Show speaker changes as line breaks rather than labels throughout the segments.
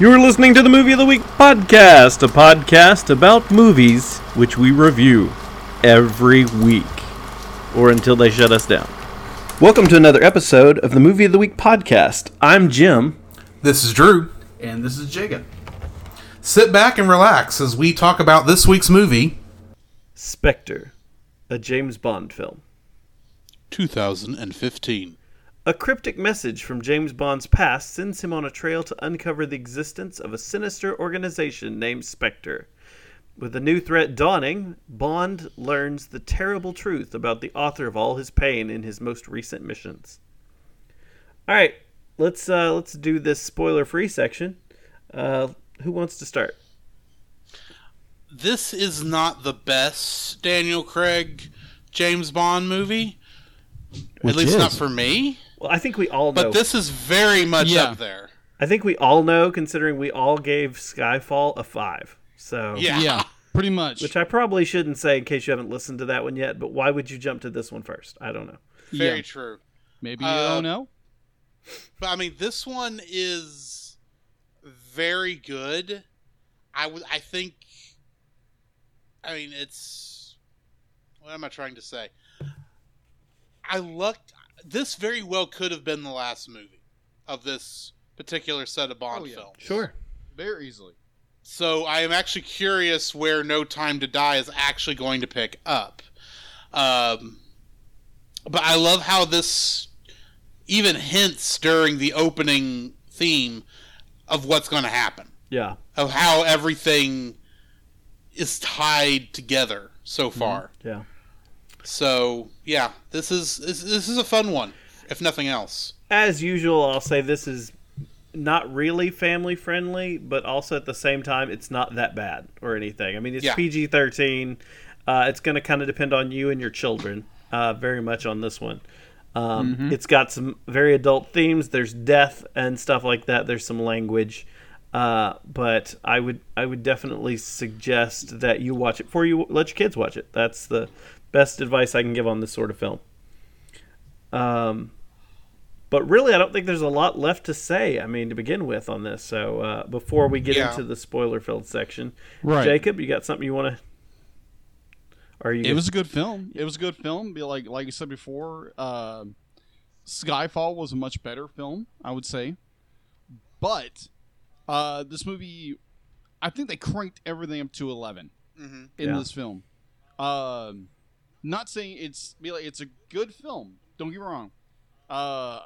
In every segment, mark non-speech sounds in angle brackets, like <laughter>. You're listening to the Movie of the Week podcast, a podcast about movies which we review every week or until they shut us down. Welcome to another episode of the Movie of the Week podcast. I'm Jim.
This is Drew.
And this is Jacob.
Sit back and relax as we talk about this week's movie
Spectre, a James Bond film.
2015.
A cryptic message from James Bond's past sends him on a trail to uncover the existence of a sinister organization named Spectre. With a new threat dawning, Bond learns the terrible truth about the author of all his pain in his most recent missions. All right, let's uh, let's do this spoiler-free section. Uh, who wants to start?
This is not the best Daniel Craig James Bond movie. At least not for me.
Well, I think we all know.
But this is very much
Yeah.
up there.
I think we all know, considering we all gave Skyfall a five. So
Yeah.
Yeah, pretty much.
Which I probably shouldn't say in case you haven't listened to that one yet, but why would you jump to this one first? I don't know.
Very
Yeah.
true.
Maybe you
uh,
don't know.
But I mean, this one is very good. I would. I think. I mean, it's. What am I trying to say? I lucked. This very well could have been the last movie of this particular set of Bond
Oh, yeah.
films.
Sure.
Very easily.
So I am actually curious where No Time to Die is actually going to pick up. Um, but I love how this even hints during the opening theme of what's going to happen,
Yeah.
of how everything is tied together so far.
Yeah.
So yeah, this is this, this is a fun one, if nothing else.
As usual, I'll say this is not really family friendly, but also at the same time, it's not that bad or anything. I mean, it's
Yeah.
PG 13. Uh, it's going to kind of depend on you and your children uh, very much on this one. Um, It's got some very adult themes. There's death and stuff like that. There's some language, uh, but I would I would definitely suggest that you watch it before you let your kids watch it. That's the best advice I can give on this sort of film. Um, but really, I don't think there's a lot left to say. I mean, to begin with on this. So uh, before we get
Yeah.
into the spoiler filled section,
Right.
Jacob, you got something you want to? Are you?
It was a good film. It was a good film. Be Like like you said before, uh, Skyfall was a much better film, I would say. But uh, this movie, I think they cranked everything up to eleven.
Mm-hmm.
in
Yeah.
this film. Um, not saying it's be like it's a good film. Don't get me wrong. Uh,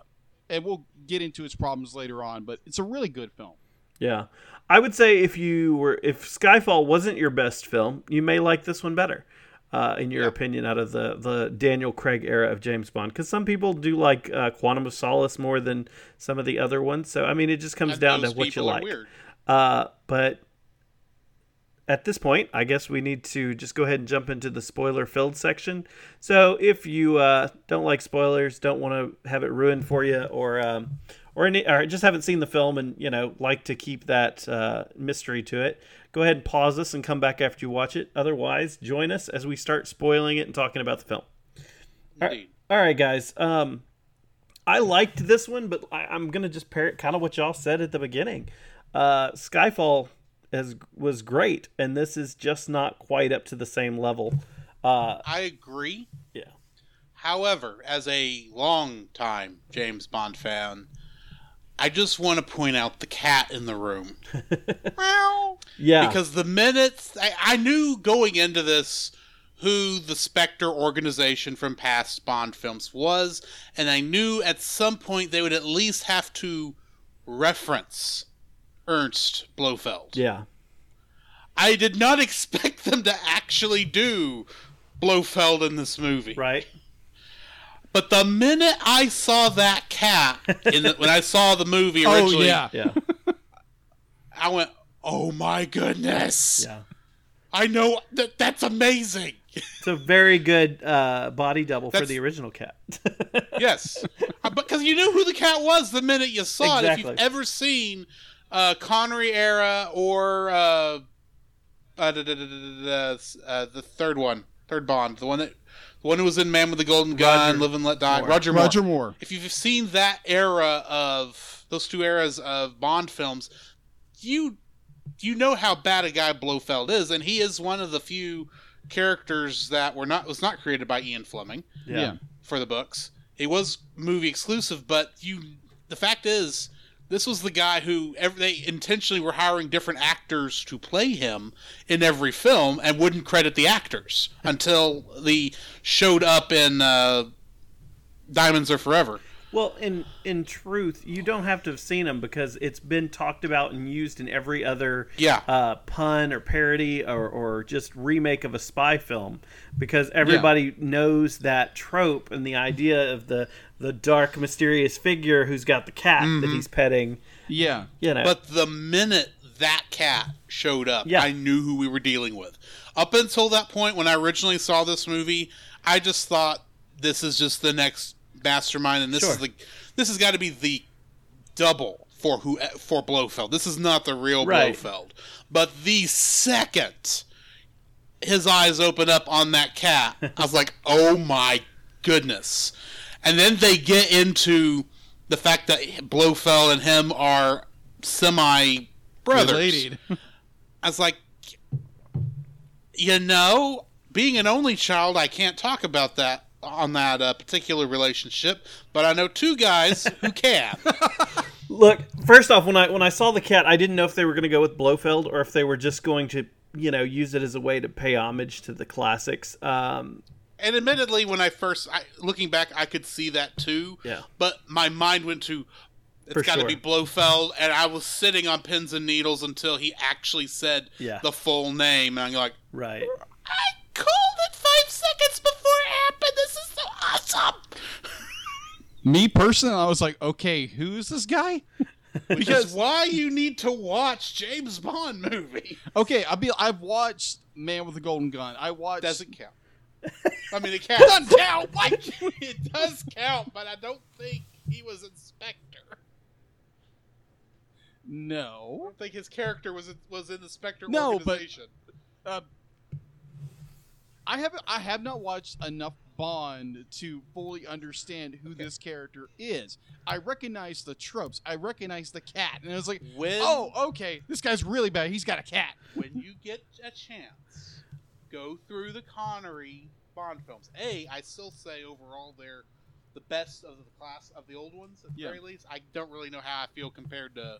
and we'll get into its problems later on, but it's a really good film.
Yeah. I would say if you were if Skyfall wasn't your best film, you may like this one better. Uh, in your opinion, out of the, the Daniel Craig era of James Bond, because some people do like uh, Quantum of Solace more than some of the other ones. So I mean, it just comes down to what you like. Uh, but at this point, I guess we need to just go ahead and jump into the spoiler filled section. So if you uh, don't like spoilers, don't want to have it ruined for you, or um, or any, or just haven't seen the film and you know like to keep that uh, mystery to it, go ahead and pause this and come back after you watch it. Otherwise, join us as we start spoiling it and talking about the film.
Indeed.
All right, guys. Um, I liked this one, but I, I'm gonna just parrot kind of what y'all said at the beginning. Uh, Skyfall is, was great, and this is just not quite up to the same level. Uh,
I agree.
yeah,
However, as a long time James Bond fan, I just want to point out the cat in the room. Meow.
yeah,
because the minutes I, I knew going into this who the Spectre organization from past Bond films was, and I knew at some point they would at least have to reference Ernst Blofeld.
yeah,
I did not <laughs> expect them to actually do Blofeld in this movie.
right.
But the minute I saw that cat, in the, when I saw the movie
<laughs> Oh,
originally,
yeah.
<laughs>
Yeah,
I went, "Oh my goodness!
yeah.
I know that that's amazing."
It's a very good uh, body double for
That's-
the original cat. <laughs>
yes, Uh, because you knew who the cat was the minute you saw it. If you've
Exactly.
ever seen uh, Connery era or uh, uh, da- da- da- da- da- da- s- uh, the third one, third Bond, the one that the one who was in Man with the Golden Gun, Live and Let Die, Roger Moore.
Roger Moore.
if you've seen that era of those two eras of Bond films, you you know how bad a guy Blofeld is, and he is one of the few characters that were not was not created by Ian Fleming
Yeah.
Yeah.
for the books. He was movie exclusive, but you the fact is this was the guy who ev they intentionally were hiring different actors to play him in every film and wouldn't credit the actors until they showed up in uh, Diamonds Are Forever.
Well, in in truth, you don't have to have seen them because it's been talked about and used in every other
Yeah.
uh, pun or parody or, or just remake of a spy film because everybody knows that trope and the idea of the the dark mysterious figure who's got the cat that he's petting.
Yeah.
Mm-hmm. You know,
But the minute that cat showed up,
Yeah.
I knew who we were dealing with. Up until that point, when I originally saw this movie, I just thought this is just the next mastermind, and this is the this has got to be the double for who for Blofeld. This is not the real
Right.
Blofeld. But the second his eyes open up on that cat, I was like, "Oh my goodness!" And then they get into the fact that Blofeld and him are semi brothers.
Related.
I was like, you know, being an only child, I can't talk about that on that uh, particular relationship, but I know two guys who can. <laughs>
Look, first off, when I when I saw the cat, I didn't know if they were going to go with Blofeld or if they were just going to, you know, use it as a way to pay homage to the classics. Um,
and admittedly, when I first I, looking back, I could see that too.
Yeah.
But my mind went to
For
it's got to
sure.
be Blofeld, and I was sitting on pins and needles until he actually said
Yeah.
the full name, and I'm like,
right.
I called it five seconds before it happened. This is so awesome.
<laughs> Me personally, I was like, okay, who is this guy?
Because why you need to watch James Bond movie
Okay, I be I've watched Man with the Golden Gun. I watched
doesn't count. I mean, it counts.
doesn't count.
Why- it does count, but I don't think he was Inspector. I
No.
don't think his character was was in the Spectre
No, but-
organization.
Uh, I haven't I have not watched enough Bond to fully understand who this character is. I recognize the tropes. I recognize the cat. And I was like,
When
"Oh, okay. This guy's really bad. He's got a cat."
when you get a chance, go through the Connery Bond films. A, I still say overall they're the best of the class of the old ones at the
Yeah.
very least. I don't really know how I feel compared to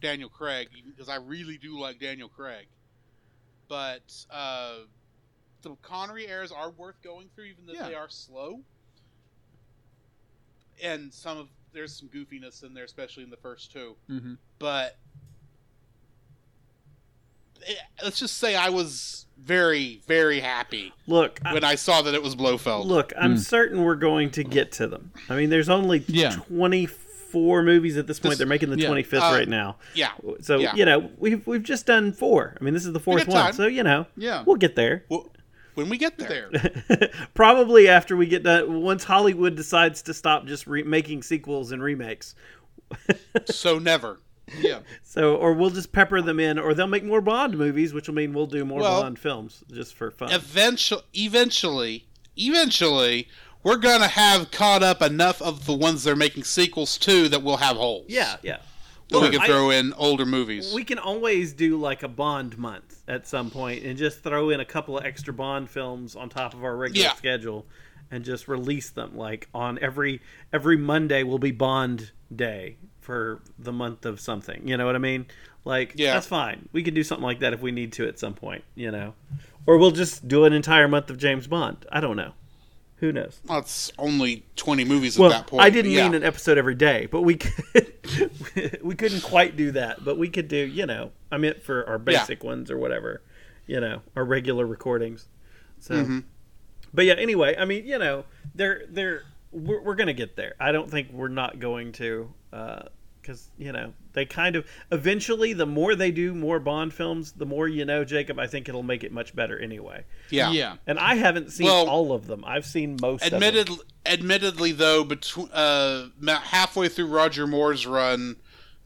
Daniel Craig because I really do like Daniel Craig, but uh, the Connery eras are worth going through, even though
Yeah.
they are slow. And some of there's some goofiness in there, especially in the first two
Mm-hmm.
but eh, let's just say I was very, very happy
Look, I-
when I saw that it was Blofeld.
Look, I'm
Mm.
certain we're going to get to them. I mean, there's only
Yeah.
24 movies at this point.
This-
They're making the
yeah.
25th
Uh,
right now.
yeah,
So,
yeah.
you know, we've we've just done four. I mean, this is the fourth
got
one.
time.
So, you know,
Yeah.
we'll get there. <laughs>
W- when we get there,
Probably after we get done, once Hollywood decides to stop just re- making sequels and remakes. <laughs>
so never.
Yeah.
So, or we'll just pepper them in, or they'll make more Bond movies, which will mean we'll do more
Well-
Bond films just for fun.
Eventually, eventually, eventually, we're gonna have caught up enough of the ones they're making sequels to that we'll have holes.
yeah, yeah.
that we
Look,
can
I-
throw in older movies.
We can always do like a Bond month at some point and just throw in a couple of extra Bond films on top of our regular
Yeah.
schedule and just release them like on every every Monday will be Bond day for the month of something. You know what I mean? Like
Yeah.
that's fine. We can do something like that if we need to at some point, you know. Or we'll just do an entire month of James Bond. I don't know. Who knows?
That's only twenty movies
Well,
at that point.
I didn't
Yeah.
mean an episode every day, but we <laughs> could we couldn't quite do that, but we could do you know I meant for our basic ones or whatever, you know our regular recordings. So,
Mm-hmm.
but yeah, anyway, I mean you know they're they're we're, we're gonna get there. I don't think we're not going to because you know they kind of eventually the more they do more Bond films, the more you know Jacob. I think it'll make it much better anyway.
yeah.
Yeah.
And I haven't seen
Well,
all of them. I've seen most. of them.
Admittedly, admittedly though, between uh, ma- halfway through Roger Moore's run,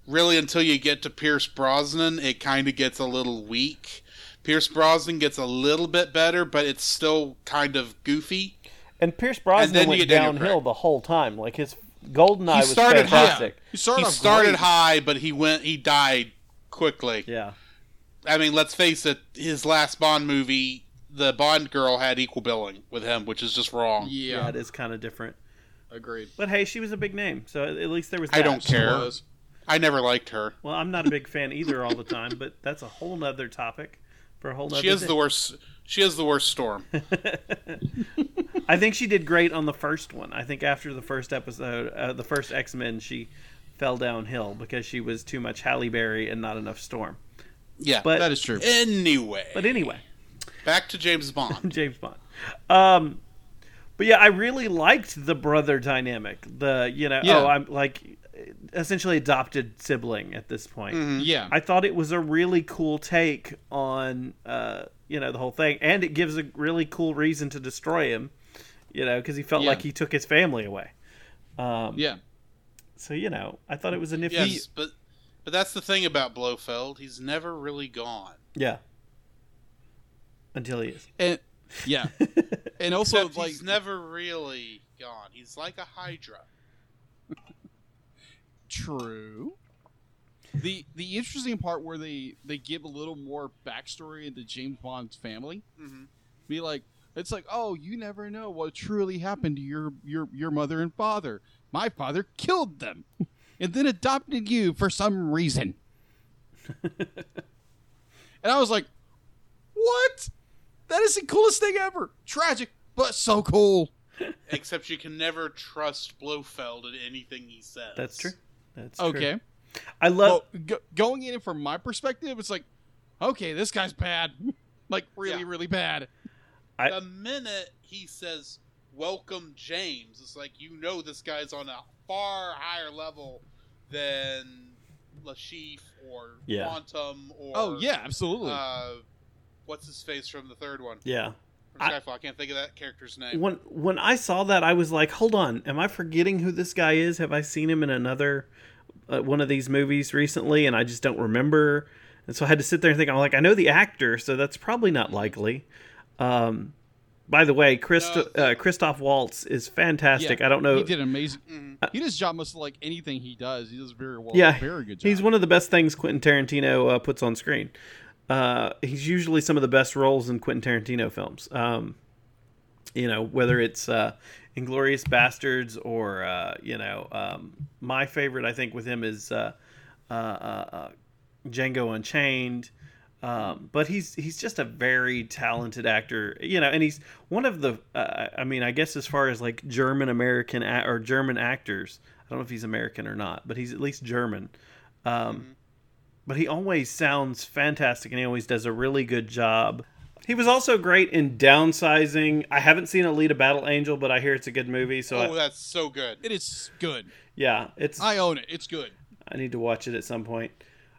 really until you get to Pierce Brosnan, it kind of gets a little weak. Pierce Brosnan gets a little bit better, but it's still kind of goofy.
And Pierce
And
Brosnan
then you
went
get Daniel
downhill
Craig.
the whole time. Like his golden eye was
started high.
fantastic.
You started
he
off
started
great.
high, but he went he died quickly.
Yeah.
I mean, let's face it, his last Bond movie, the Bond girl had equal billing with him, which is just wrong.
Yeah,
Yeah,
it is kind of different.
agreed.
But hey, she was a big name, so at least there was.
I
that.
don't care. Fair.
Was.
I never liked her.
Well, I'm not a big fan either all the time, but that's a whole nother topic for a whole nother.
She is
day.
the worst. She is the worst storm.
I think she did great on the first one. I think after the first episode, uh, the first X Men, she fell downhill because she was too much Halle Berry and not enough Storm.
Yeah.
But
That is true.
anyway,
but anyway,
back to James
<laughs>
<laughs>
Bond.
James Bond. Um, but yeah, I really liked the brother dynamic. The you know,
Yeah.
oh, I'm like essentially adopted sibling at this point.
Yeah,
I thought it was a really cool take on uh, you know the whole thing, and it gives a really cool reason to destroy him, you know, because he felt
Yeah.
like he took his family away. Um,
yeah.
So you know, I thought it was a nifty.
yes, but but that's the thing about Blofeld. He's never really gone.
Yeah. Until he is.
And
<laughs>
yeah, and also
Except
like
he's never really gone. He's like a Hydra.
True. The the interesting part where they they give a little more backstory into James Bond's family,
Mhm.
be like it's like oh you never know what truly happened to your your your mother and father. My father killed them, and then adopted you for some reason. and I was like, what? That is the coolest thing ever. Tragic, but so cool.
Except you can never trust Blofeld in anything he says.
That's true. That's true.
Okay.
I love.
well, go- going in it from my perspective, it's like, okay, this guy's bad, <laughs> like really,
Yeah.
really bad.
I-
the minute he says "Welcome, James," it's like you know this guy's on a far higher level than Lashif or
Yeah.
Quantum or
oh yeah, absolutely.
uh, what's his face from the third one
yeah.
from
I-
Skyfall. I, can't think of that character's name.
When when I saw that, I was like, "Hold on, am I forgetting who this guy is? Have I seen him in another uh, one of these movies recently, and I just don't remember?" And so I had to sit there and think. I'm like, "I know the actor, so that's probably not likely." Um, by the way, Christ-
No, the-
uh, Christoph Waltz is fantastic. I don't know.
He did amazing.
Mhm.
He does job most of, like anything he does. He does very well.
Uh, Yeah,
very good job.
He's one of the best things Quentin Tarantino uh, puts on screen. Uh, he's usually some of the best roles in Quentin Tarantino films. Um, you know, whether it's uh, Inglorious Bastards or uh, you know, um, my favorite I think with him is uh, uh, uh, uh, Django Unchained. Um, but he's he's just a very talented actor, you know, and he's one of the. Uh, I mean, I guess as far as like German American a- or German actors, I don't know if he's American or not, but he's at least German. Um, But he always sounds fantastic, and he always does a really good job. He was also great in Downsizing. I haven't seen Alita Battle Angel, but I hear it's a good movie, so
oh,
I,
that's so good.
it is good.
yeah, it's
I own it. It's good.
I need to watch it at some point.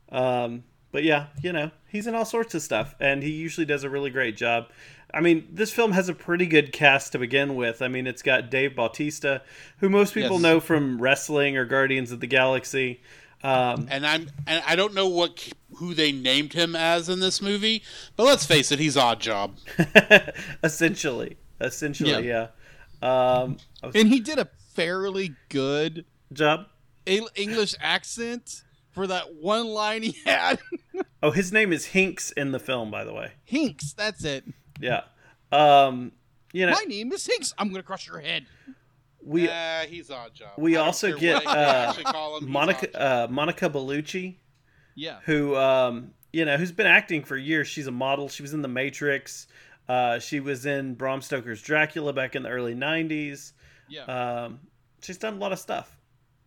Um, but yeah, you know, he's in all sorts of stuff, and he usually does a really great job. I mean, this film has a pretty good cast to begin with. I mean, it's got Dave Bautista, who most people
Yes.
know from wrestling or Guardians of the Galaxy. Um, <laughs>
And I'm and I don't know what who they named him as in this movie, but let's face it, he's odd job.
essentially, essentially, yeah. Um, a
And he did a fairly good
job.
Eng- English accent for that one line he <laughs> had.
Oh, his name is Hinks in the film, by the way.
Hinks. That's it.
Yeah. Um, you know,
My name is Hinks. I'm gonna crush your head.
we
Yeah, he's odd job.
we
I don't
also
care
get,
what they
uh,
actually call him, he's odd
Monica
job.
uh, Monica Bellucci
Yeah.
who um, you know who's been acting for years. She's a model. She was in The Matrix. Uh, she was in Bram Stoker's Dracula back in the early '90s.
Yeah.
Um, she's done a lot of stuff.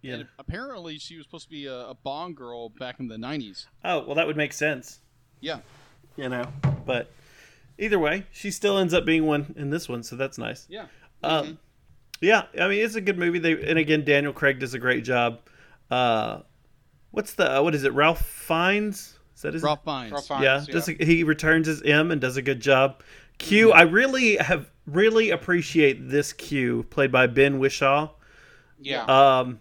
Yeah.
And apparently, she was supposed to be a, a Bond girl back in the '90s.
Oh well, that would make sense.
Yeah.
You know, but either way, she still ends up being one in this one, so that's nice.
Yeah. Mm-hmm.
Um, yeah, I mean it's a good movie. They and again, Daniel Craig does a great job. Uh, what's the uh, what is it? Ralph Fiennes. Is that his
Ralph Fiennes.
Ralph Fiennes,
yeah, does a, he returns his M and does a good job. Q,
Mm-hmm.
I really have really appreciate this Q played by Ben Wishaw.
yeah.
Um,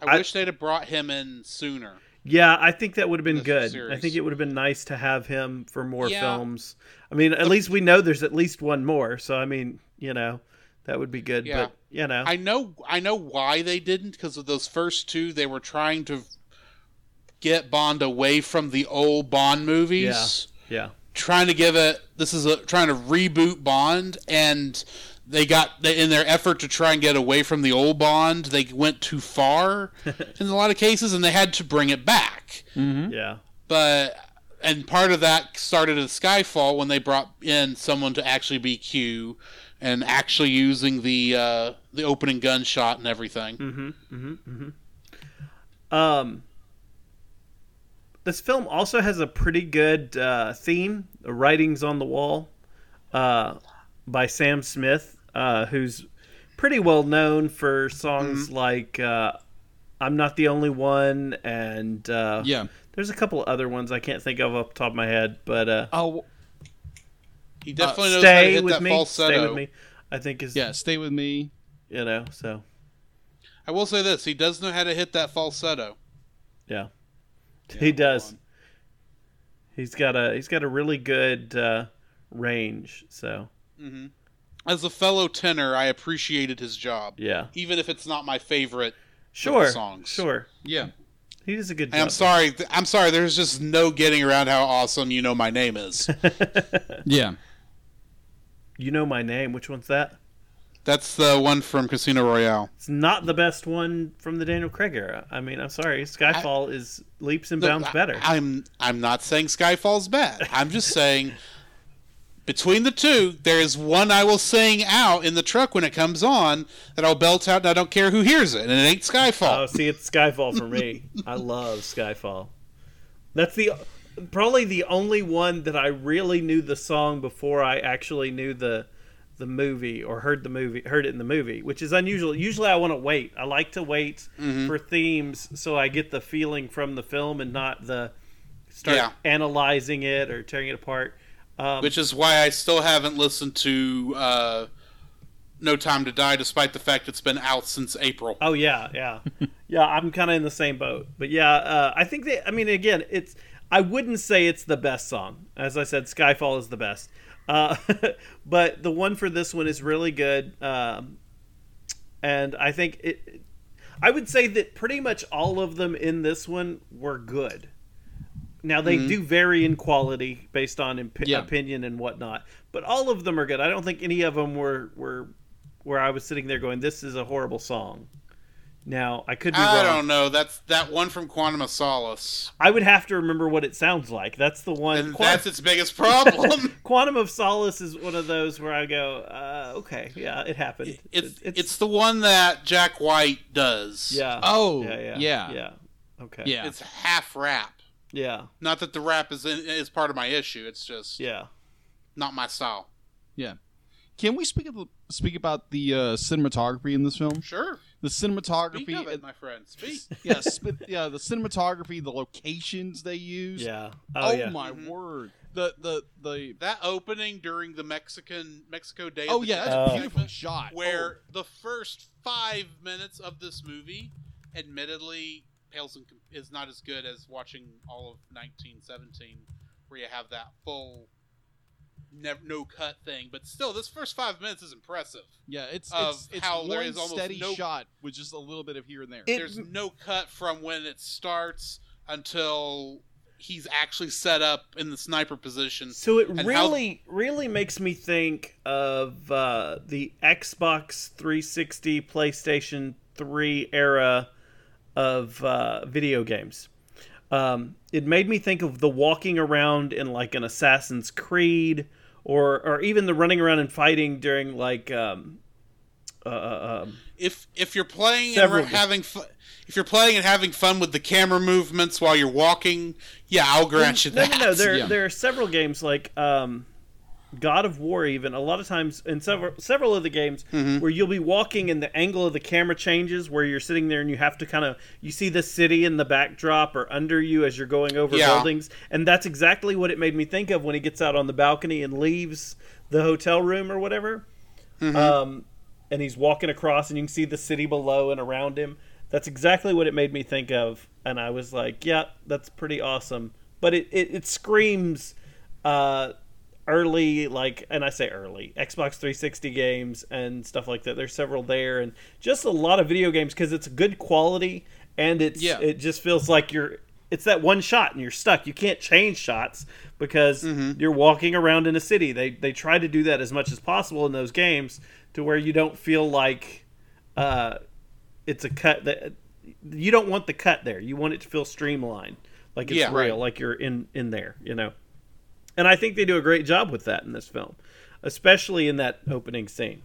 I,
I-
wish they'd have brought him in sooner.
yeah, I think that would have been
This
good. I
series.
think it would have been nice to have him for more
Yeah.
films. I mean, at least we know there's at least one more. So I mean, you know, that would be good.
Yeah.
But you know,
I know I know why they didn't because of those first two they were trying to get Bond away from the old Bond movies.
Yeah.
Trying to give it this is a trying to reboot Bond and they got they, in their effort to try and get away from the old Bond, they went too <laughs> far in a lot of cases and they had to bring it back.
Yeah.
But and part of that started at Skyfall when they brought in someone to actually be Q and actually using the uh, the opening gunshot and everything.
Mm-hmm, Um, this film also has a pretty good uh, theme, the "Writings on the Wall," uh, by Sam Smith, uh, who's pretty well known for
Mm-hmm.
songs like uh, "I'm Not the Only One" and uh,
Yeah.
there's a couple other ones I can't think of off the top of my head, but uh,
Oh,
He definitely knows how to
"Stay
hit
with
that
Me,"
falsetto.
"Stay with Me," I think is
yeah. Stay with me.
you know so
I will say this: he does know how to hit that falsetto.
yeah,
Yeah,
he does.
hold
He's got a he's got a really good uh, range, so
Mm-hmm. As a fellow tenor, I appreciated his job,
yeah.
even if it's not my favorite.
sure,
songs.
Sure,
Yeah.
he does a good
And
job.
I'm sorry, th- I'm sorry. There's just no getting around how awesome "You Know My Name"
<laughs>
is.
Yeah.
you know my name. Which one's that?
That's the one from Casino Royale.
It's not the best one from the Daniel Craig era. I mean, I'm sorry, Skyfall is leaps and bounds
I-
better.
I'm I'm not saying Skyfall's bad.
<laughs>
I'm just saying between the two, there is one I will sing out in the truck when it comes on that I'll belt out and I don't care who hears it, and it ain't Skyfall.
oh, see, it's Skyfall for me. I
<laughs>
love Skyfall. That's the probably the only one that I really knew the song before I actually knew the the movie or heard the movie heard it in the movie, which is unusual. Usually, I want to wait. I like to wait
Mm-hmm.
for themes so I get the feeling from the film and not the start
Yeah.
analyzing it or tearing it apart. Um,
Which is why I still haven't listened to uh, No Time to Die, despite the fact it's been out since April.
Oh yeah, yeah, yeah. I'm kind of in the same boat, but yeah, uh, I think they. I mean, again, it's. I wouldn't say it's the best song. As I said, Skyfall is the best, uh, <laughs> but the one for this one is really good, um, and I think it. I would say that pretty much all of them in this one were good. Now they do vary in quality based on imp-
Yeah.
opinion and whatnot, but all of them are good. I don't think any of them were were where I was sitting there going, "This is a horrible song." Now I could be
I
wrong.
don't know. That's that one from Quantum of Solace,
I would have to remember what it sounds like. That's the one.
and
Quan-
that's its biggest problem.
<laughs> Quantum of Solace is one of those where I go, uh, "Okay, yeah, it happened."
it's it's the one that Jack White does.
yeah.
Oh,
yeah, yeah,
yeah.
yeah. Okay.
Yeah.
it's half rap.
yeah,
Not that the rap is in, is part of my issue. It's just
yeah.
not my style.
Can we speak of, speak about the uh, cinematography in this film?
Sure,
The cinematography.
speak of it, my friend. Speak.
<laughs> yeah, sp- yeah, the cinematography, the locations they use.
Yeah.
Oh,
Oh, yeah.
my
Mhm.
word. The the the
that opening during the Mexican Mexico Day. of
Oh
the
yeah,
Dead
that's a
Oh.
beautiful
segment,
shot.
Where the first five minutes of this movie, admittedly, pales in, com- is not as good as watching all of 1917, where you have that full, nev- no cut thing. But still, this first five minutes is impressive.
yeah, it's
of
it's, it's
how
one
there is almost
steady
no-
shot with just a little bit of here and there.
It-
there's no cut from when it starts until he's actually set up in the sniper position.
So it
And how-
really, really makes me think of uh, the Xbox 360, PlayStation 3 era of uh, video games. Um, it made me think of the walking around in like an Assassin's Creed, or or even the running around and fighting during like um, uh, uh, um,
If if you're playing
Several
and having fun, if you're playing and having fun with the camera movements while you're walking, yeah, I'll grant you
No,
that.
no, no. There,
Yeah.
there are several games like um, God of War. Even a lot of times in several several of the games where you'll be walking and the angle of the camera changes, where you're sitting there and you have to kind of you see the city in the backdrop or under you as you're going over
Yeah.
buildings, and that's exactly what it made me think of when he gets out on the balcony and leaves the hotel room or whatever. Um, and he's walking across, and you can see the city below and around him. That's exactly what it made me think of, and I was like, "Yeah, that's pretty awesome." But it it, it screams uh, early, like, and I say early Xbox 360 games and stuff like that. There's several there, and just a lot of video games because it's good quality, and it's
Yeah.
it just feels like you're it's that one shot and you're stuck. You can't change shots because
Mm-hmm.
you're walking around in a city. They they try to do that as much as possible in those games to where you don't feel like uh, it's a cut that you don't want the cut there. You want it to feel streamlined, like it's
Yeah,
real,
right.
like you're in in there, you know. And I think they do a great job with that in this film, especially in that opening scene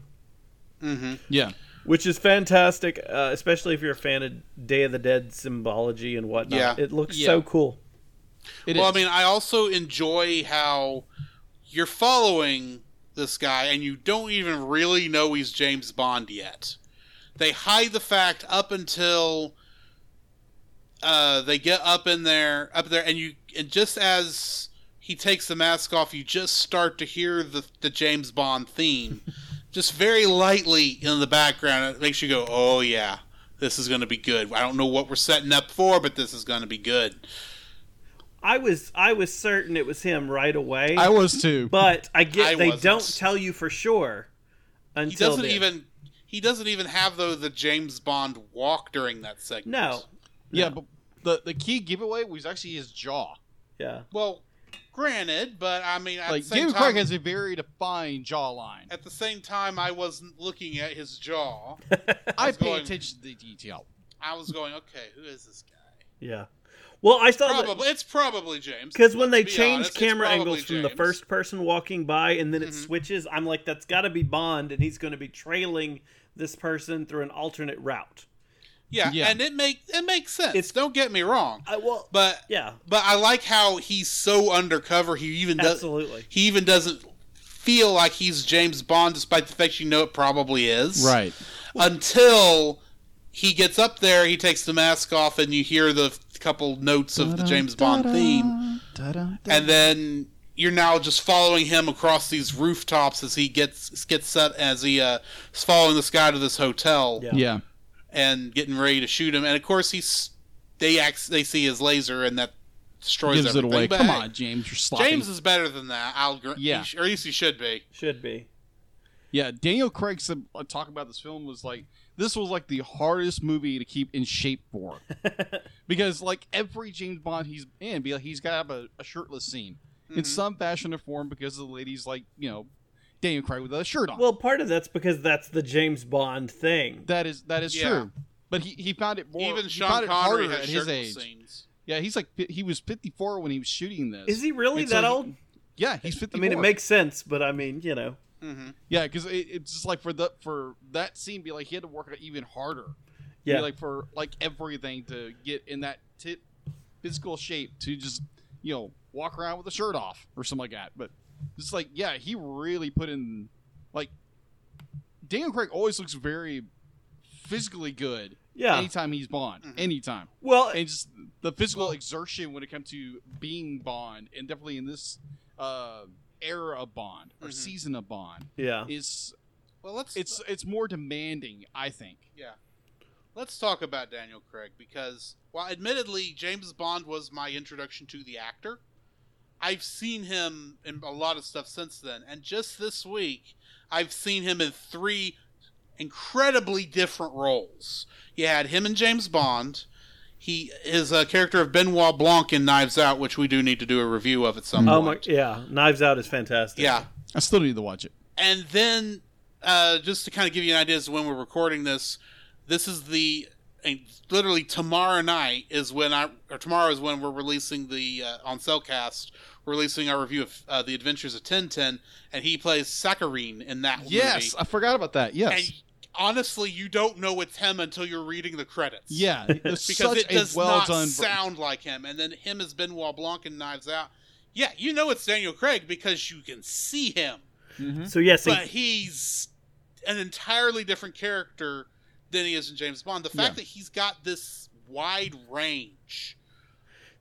Yeah.
which is fantastic, uh, especially if you're a fan of Day of the Dead symbology and whatnot.
Yeah.
It looks
Yeah.
so cool.
It
well,
is.
I mean, I also enjoy how you're following this guy and you don't even really know he's James Bond yet. They hide the fact up until uh, they get up in there, up there, and you, and just as he takes the mask off, you just start to hear the the James Bond
<laughs>
theme, just very lightly in the background. It makes you go, "Oh yeah, this is going to be good." I don't know what we're setting up for, but this is going to be good.
I was I was certain it was him right away,
I was too.
but I get
I
they
wasn't.
don't tell you for sure until
he doesn't
then.
even he doesn't even have though the James Bond walk during that segment. <laughs>
no.
yeah, but the the key giveaway was actually his jaw.
Yeah.
Well, granted, but I mean, at,
like
the, same
David
time,
Craig has a very defined jawline.
at the same time, I wasn't looking at his jaw.
I
was
pay
going-
attention to the detail.
I was going, okay, who is this guy?
<laughs> Yeah. Well, I saw that
Probably it's probably James.
because when they
Let's be
change
honest, it's
camera
probably
angles from the
James. Mm-hmm.
first person walking by and then it switches, I'm like, that's got to be Bond, and he's going to be trailing this person through an alternate route.
yeah,
Yeah.
and it make it makes sense.
It's-
Don't get me wrong,
I well,
but
yeah,
but I like how he's so undercover. He even does
absolutely.
he even doesn't feel like he's James Bond, despite the fact you know it probably is.
Right.
until he gets up there, he takes the mask off, and you hear the f- couple notes of the James Bond theme, and then you're now just following him across these rooftops as he gets gets set as he uh, is following this guy to this hotel
Yeah.
yeah.
and getting ready to shoot him. And of course, he's they act, they see his laser, and that destroys
Gives it
everything.
away.
But
Come
hey,
on, James. You're sloppy.
James is better than that. I'll gr-
Yeah.
he sh- or at least he should be.
Should be.
Yeah, Daniel Craig said uh, talking about this film was like this was like the hardest movie to keep in shape for, because like every James Bond he's in, be like he's got to have a, a shirtless scene
Mm-hmm.
in some fashion or form because the ladies like you know Daniel Craig with a shirt on.
Well, part of that's because that's the James Bond thing.
that is that is
Yeah.
true, but he, he found it more
Even
he
Sean
found it
Connery
harder
has
at his
shirtless
age.
scenes.
Yeah, he's like fi- he was fifty four when he was shooting this.
Is he really
And so
that
he-
old?
Yeah, he's fifty.
I mean, it makes sense, but I mean, you know,
Mm-hmm.
yeah because it, it's just like for the for that scene be like he had to work out even harder.
yeah,
like for like everything to get in that tit physical shape to just you know walk around with a shirt off or something like that. But it's like yeah, he really put in like Daniel Craig always looks very physically good
yeah.
anytime he's Bond, anytime,
Well,
and just the physical exertion when it comes to being Bond, and definitely in this uh, era of Bond or
Mhm.
season of Bond
yeah,
is
Well, let's
it's it's more demanding, I think.
Yeah. Let's talk about Daniel Craig because, while admittedly James Bond was my introduction to the actor, I've seen him in a lot of stuff since then. And just this week, I've seen him in three incredibly different roles. You had him and James Bond. He his uh, character of Benoit Blanc in Knives Out, which we do need to do a review of at some
oh my,
point.
yeah. Knives Out is fantastic.
Yeah,
I still need to watch it.
and then uh, just to kind of give you an idea as to when we're recording this, this is the and literally tomorrow night is when I or tomorrow is when we're releasing the uh, on Cellcast releasing our review of uh, the Adventures of Tintin, and he plays Saccharine in that
Yes,
movie.
I forgot about that. Yes.
And honestly, you don't know it's him until you're reading the credits.
yeah, <laughs> it's
because
such
it does
a well
not
done.
sound like him. And then him as Benoit Blanc in Knives Out. Yeah, you know it's Daniel Craig because you can see him
Mm-hmm.
So yes, he-
but he's an entirely different character than he is in James Bond. The fact
Yeah.
that he's got this wide range.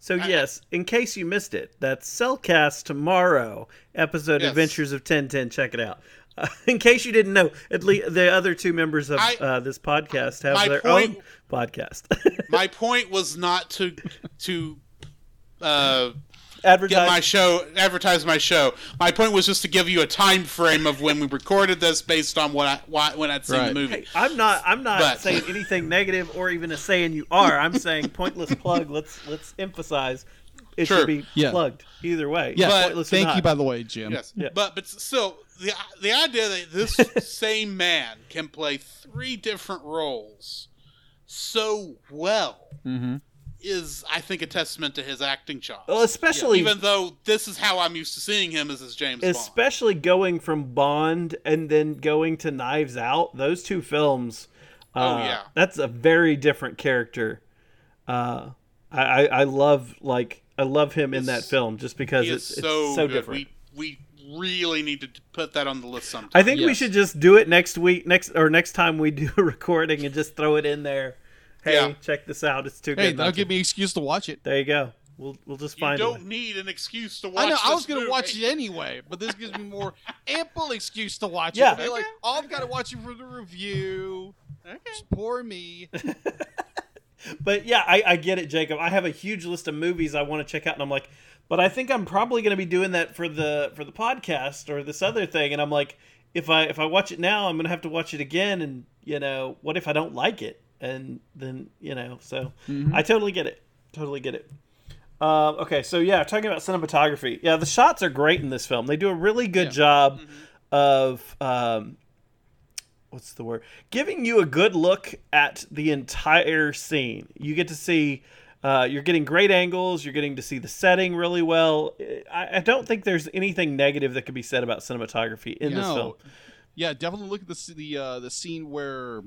so yes. In case you missed it, that's Cellcast tomorrow episode
Yes.
Adventures of Ten Ten. Check it out. <laughs> Uh, in case you didn't know, at least the other two members of
I-
uh, this podcast have
my
their
point-
own podcast. <laughs>
My point was not to to uh, get my
advertise.
show advertise my show my point was just to give you a time frame of when we recorded this based on what i why, when i'd seen
Right.
the movie
Hey, I'm not. I'm not
But-
saying anything negative, or even a saying you are. I'm saying pointless plug. Let's let's emphasize it
Sure.
should be
Yeah.
plugged either way.
Yeah,
But-
pointless or
thank
not.
you by the way, Jim.
Yes,
Yeah.
but but still, the the idea that
<laughs>
this same man can play three different roles so well
Mm-hmm.
is, I think, a testament to his acting chops.
Well, especially
Even though this is how I'm used to seeing him as his James Bond.
especially going from Bond and then going to Knives Out. Those two films. Uh,
Oh, yeah.
that's a very different character. Uh, I, I I love like I love him in that
It's-
film just because
He is
it's, it's
so, good.
different.
We we really need to put that on the list sometime.
I think we
Yes.
should just do it next week, next or next time we do <laughs> a recording, and just throw it in there. Hey,
Yeah.
check this out. It's too
Hey,
good.
that'll
not to-
give me an excuse to watch it.
There you go. We'll we'll just
you
find it.
don't need an excuse to watch.
I know I
this
was gonna
movie.
watch it anyway, but this gives me <laughs> more ample excuse to watch
Yeah.
it. Be like, oh, I've got to watch it for the <laughs> review. Just poor me.
But yeah, I, I get it, Jacob. I have a huge list of movies I want to check out, and I'm like, but I think I'm probably going to be doing that for the for the podcast or this other thing, and I'm like, if I if I watch it now, I'm going to have to watch it again, and you know, what if I don't like it? And then you know, so I totally get it. Totally get it. Um, okay, so yeah, talking about cinematography. Yeah, the shots are great in this film. They do a really good
Yeah.
job of um, what's the word? Giving you a good look at the entire scene. You get to see. Uh, you're getting great angles. You're getting to see the setting really well. I, I don't think there's anything negative that could be said about cinematography in this film.
Yeah, definitely look at the s- the uh, the scene where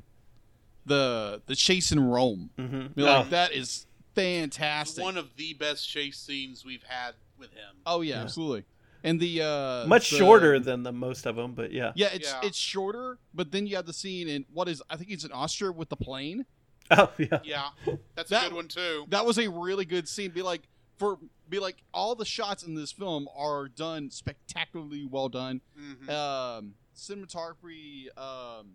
the the chase in Rome.
Mm-hmm.
Be like, that
It's
is fantastic.
one of the best chase scenes we've had with him.
Oh yeah,
Yeah.
absolutely. And the uh
much
the-
shorter than the most of them, but yeah.
Yeah, it's
Yeah.
it's shorter, but then you have the scene in what is I think it's in Austria with the plane.
<laughs> Oh yeah.
Yeah, that's a
That-
good one too.
That was a really good scene. Be like for be like all the shots in this film are done spectacularly well done.
Mhm.
Um cinematography um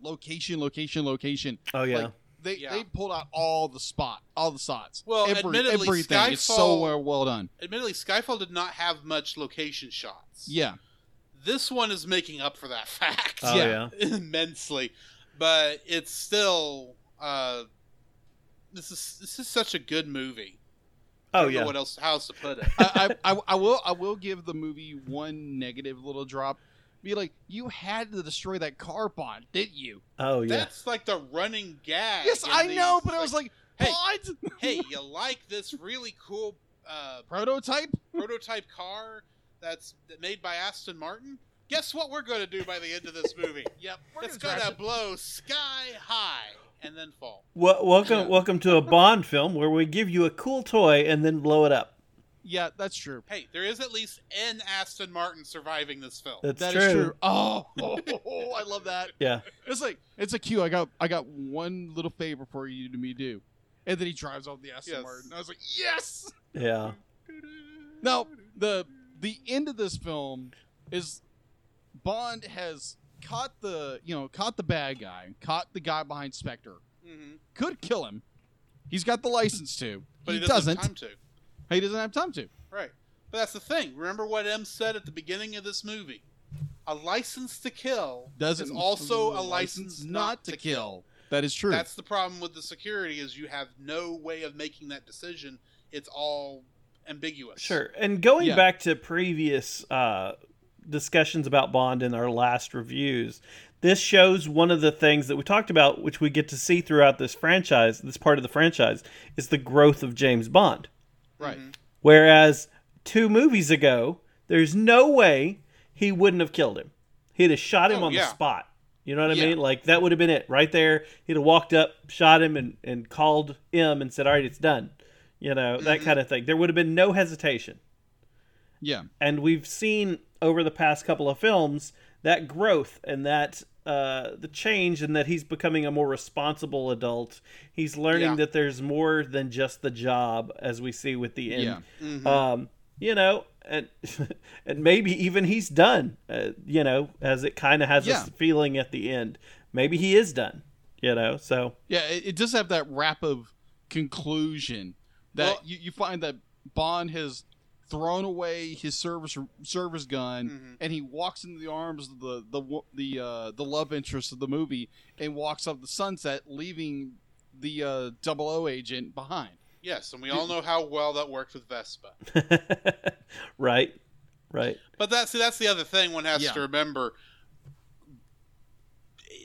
location location location.
Oh yeah.
Like, they
Yeah.
they pulled out all the spot, all the shots.
Well,
Every-
admittedly,
everything. It's so
Skyfall-
well, well done.
Admittedly, Skyfall did not have much location shots.
Yeah.
This one is making up for that <laughs> fact
oh
yeah.
yeah.
immensely, but it's still uh, this is this is such a good movie. I
Oh
don't know
yeah.
what else? How else to
<laughs>
put it?
I, I, I, I will I will give the movie one negative little drop. Be like, you had to destroy that car bond, didn't you?
Oh yeah.
That's like the running gag.
Yes,
in
I
these.
know, but
It's
I was like,
hey.
Bond
hey,
<laughs>
you like this really cool uh,
prototype.
prototype car that's made by Aston Martin? Guess what we're going to do by the end of this movie?
Yep,
it's going to blow sky high and then fall.
Well, welcome,
Yeah.
welcome to a Bond film where we give you a cool toy and then blow it up.
Yeah, that's true.
Hey, there is at least an Aston Martin surviving this film.
That's
That
true.
is true. Oh, <laughs> I love that.
Yeah.
It's like it's a cue. I got I got one little favor for you to me do, and then he drives off the Aston
Yes.
Martin. I was like, yes.
Yeah.
Now the the end of this film is Bond has caught the you know caught the bad guy, caught the guy behind Spectre,
Mhm.
could kill him. He's got the license to,
But
he,
he,
doesn't.
have time to.
he doesn't have time to.
Right. But that's the thing. Remember what M said at the beginning of this movie. A license to kill
Doesn't
is also a license not to kill.
That is true.
That's the problem with the security is you have no way of making that decision. It's all ambiguous.
Sure. And going
Yeah.
back to previous uh, discussions about Bond in our last reviews, this shows one of the things that we talked about, which we get to see throughout this franchise, this part of the franchise, is the growth of James Bond.
Mm-hmm.
right.
Whereas two movies ago, there's no way he wouldn't have killed him. He'd have shot him
Oh,
on the
yeah.
spot. You know what I
Yeah.
mean? Like that would have been it right there. He'd have walked up, shot him, and, and called him and said, "All right, it's done." You know that
Mm-hmm.
kind of thing. There would have been no hesitation.
Yeah.
And we've seen over the past couple of films that growth and that uh, the change, and that he's becoming a more responsible adult. He's learning
Yeah.
that there's more than just the job, as we see with the end
Yeah.
Mm-hmm.
um, you know, and <laughs> and maybe even he's done. Uh, you know, as it kind of has
Yeah.
this feeling at the end, maybe he is done. You know, so <laughs>
Yeah, it, it does have that wrap of conclusion that
Well-
you, you find that Bond has thrown away his service service gun
Mhm.
and he walks into the arms of the the wo- the uh, the love interest of the movie and walks up the sunset, leaving the uh, double O agent behind.
Yes, and we all know how well that worked with Vespa.
right, right.
But that's see, that's the other thing one has
Yeah.
to remember.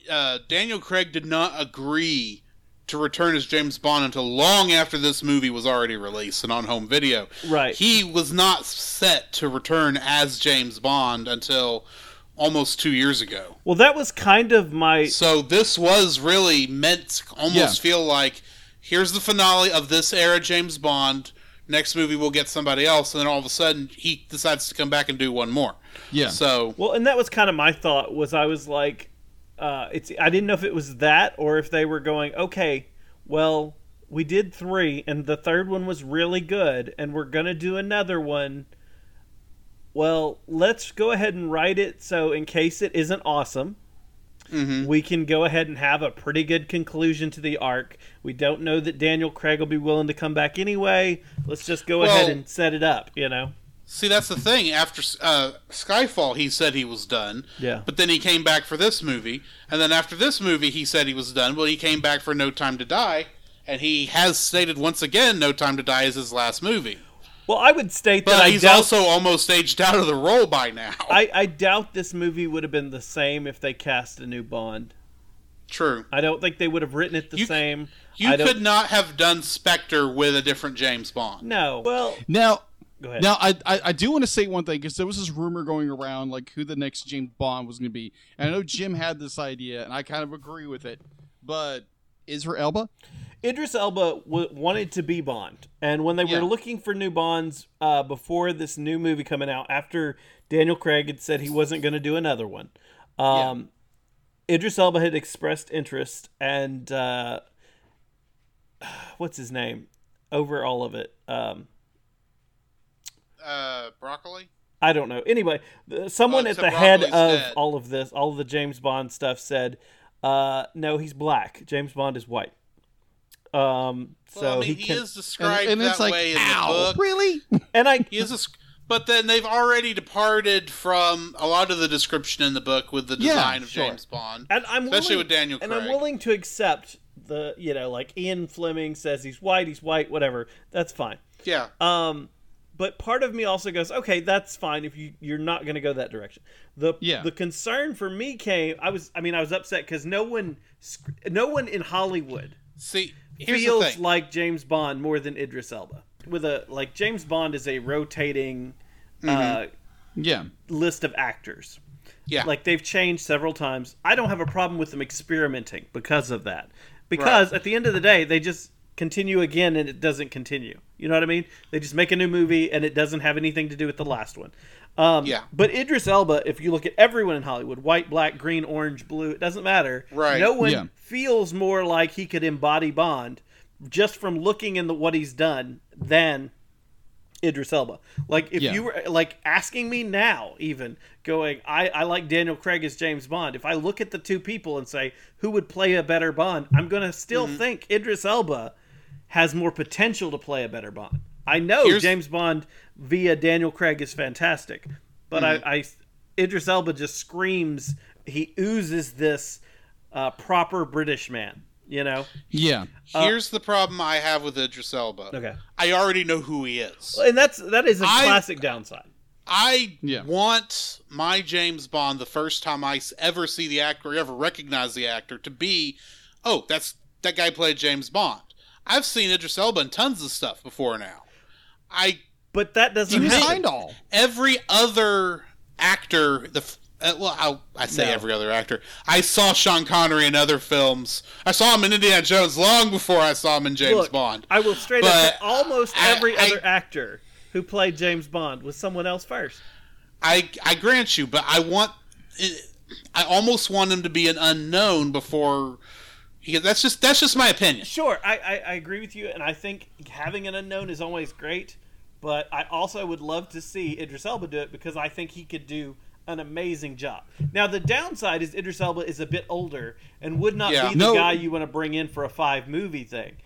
Uh, Daniel Craig did not agree to return as James Bond until long after this movie was already released and on home video.
Right.
He was not set to return as James Bond until almost two years ago.
Well, that was kind of my
So this was really meant to almost
Yeah.
feel like here's the finale of this era James Bond. Next movie we'll get somebody else, and then all of a sudden he decides to come back and do one more.
Yeah.
So
well, and that was kind of my thought was I was like, uh, it's I didn't know if it was that or if they were going okay, well we did three and the third one was really good and we're gonna do another one. Well, let's go ahead and write it so in case it isn't awesome,
Mm-hmm.
we can go ahead and have a pretty good conclusion to the arc. We don't know that Daniel Craig will be willing to come back anyway. Let's just go
Well-
ahead and set it up, you know.
See, that's the thing. After uh, Skyfall, he said he was done.
Yeah.
But then he came back for this movie, and then after this movie, he said he was done. Well, he came back for No Time to Die, and he has stated once again, No Time to Die is his last movie.
Well, I would state
But
that I
he's
doubt
also almost aged out of the role by now.
I, I doubt this movie would have been the same if they cast a new Bond.
True.
I don't think they would have written it the
You-
same.
You
I don't,
could not have done Spectre with a different James Bond.
No. Well,
Now,
go ahead.
Now, I I, I do want to say one thing because there was this rumor going around like who the next James Bond was going to be, and I know Jim had this idea, and I kind of agree with it, but Israel Elba,
Idris Elba w- wanted to be Bond, and when they
Yeah.
were looking for new Bonds uh, before this new movie coming out, after Daniel Craig had said he wasn't going to do another one, um, Idris Elba had expressed interest, and uh, <sighs> what's his name? Over all of it, um,
Uh, broccoli?
I don't know. Anyway, th- someone
Well,
at
so
the head of
Broccoli's dead.
all of this, all of the James Bond stuff, said, uh, "No, he's black. James Bond is white." Um, so
well, I mean,
he
he,
can,
is
and,
described
and
that
it's like,
way in the
ow,
book.
really?
and I
He is a, sc- but then they've already departed from a lot of the description in the book with the
Yeah,
design of
sure.
James Bond.
and I'm
Especially
willing-
with Daniel
And I'm
Craig.
willing to accept the you know like Ian Fleming says he's white, he's white, whatever. That's fine.
Yeah,
Um, but part of me also goes, okay, that's fine if you you're not going to go that direction. The
Yeah.
the concern for me came. I was I mean I was upset because no one sc- no one in Hollywood
see, here's the
feels
thing.
like James Bond more than Idris Elba. With a like James Bond is a rotating uh,
<laughs>
Mm-hmm.
Yeah,
list of actors.
yeah,
Like they've changed several times. I don't have a problem with them experimenting because of that. Because at the end of the day, they just continue again and it doesn't continue. You know what I mean? They just make a new movie and it doesn't have anything to do with the last one. Um,
Yeah.
But Idris Elba, if you look at everyone in Hollywood white, black, green, orange, blue it doesn't matter.
Right.
No one
Yeah.
feels more like he could embody Bond just from looking in the, what he's done than Idris Elba. Like if
Yeah.
you were like asking me now, even going, I, I like Daniel Craig as James Bond. If I look at the two people and say who would play a better Bond, I'm gonna still think Idris Elba has more potential to play a better Bond. I know
Here's-
James Bond via Daniel Craig is fantastic, but I, I Idris Elba just screams he oozes this uh, proper British man. You know?
yeah,
here's the problem I have with Idris Elba.
Okay.
I already know who he is.
And that's that is a
I-
classic downside.
I
Yeah.
want my James Bond the first time I s- ever see the actor, or ever recognize the actor, to be, oh, that's that guy played James Bond. I've seen Idris Elba in tons of stuff before now. I
But that
he
doesn't
was
happen.
Heimdall.
every other actor the f- uh, well I, I say
No.
every other actor i saw sean connery in other films i saw him in indiana jones long before i saw him in james
Look,
bond
I will straight up
But
say almost
I-
every
I-
other actor who played James Bond was someone else first.
i i grant you but i want i almost want him to be an unknown before he, that's just that's just my opinion
Sure, I, I, I agree with you, and I think having an unknown is always great, but I also would love to see Idris Elba do it because I think he could do an amazing job. Now, the downside is Idris Elba is a bit older and would not
Yeah.
be the
No.
guy you want to bring in for a five movie thing.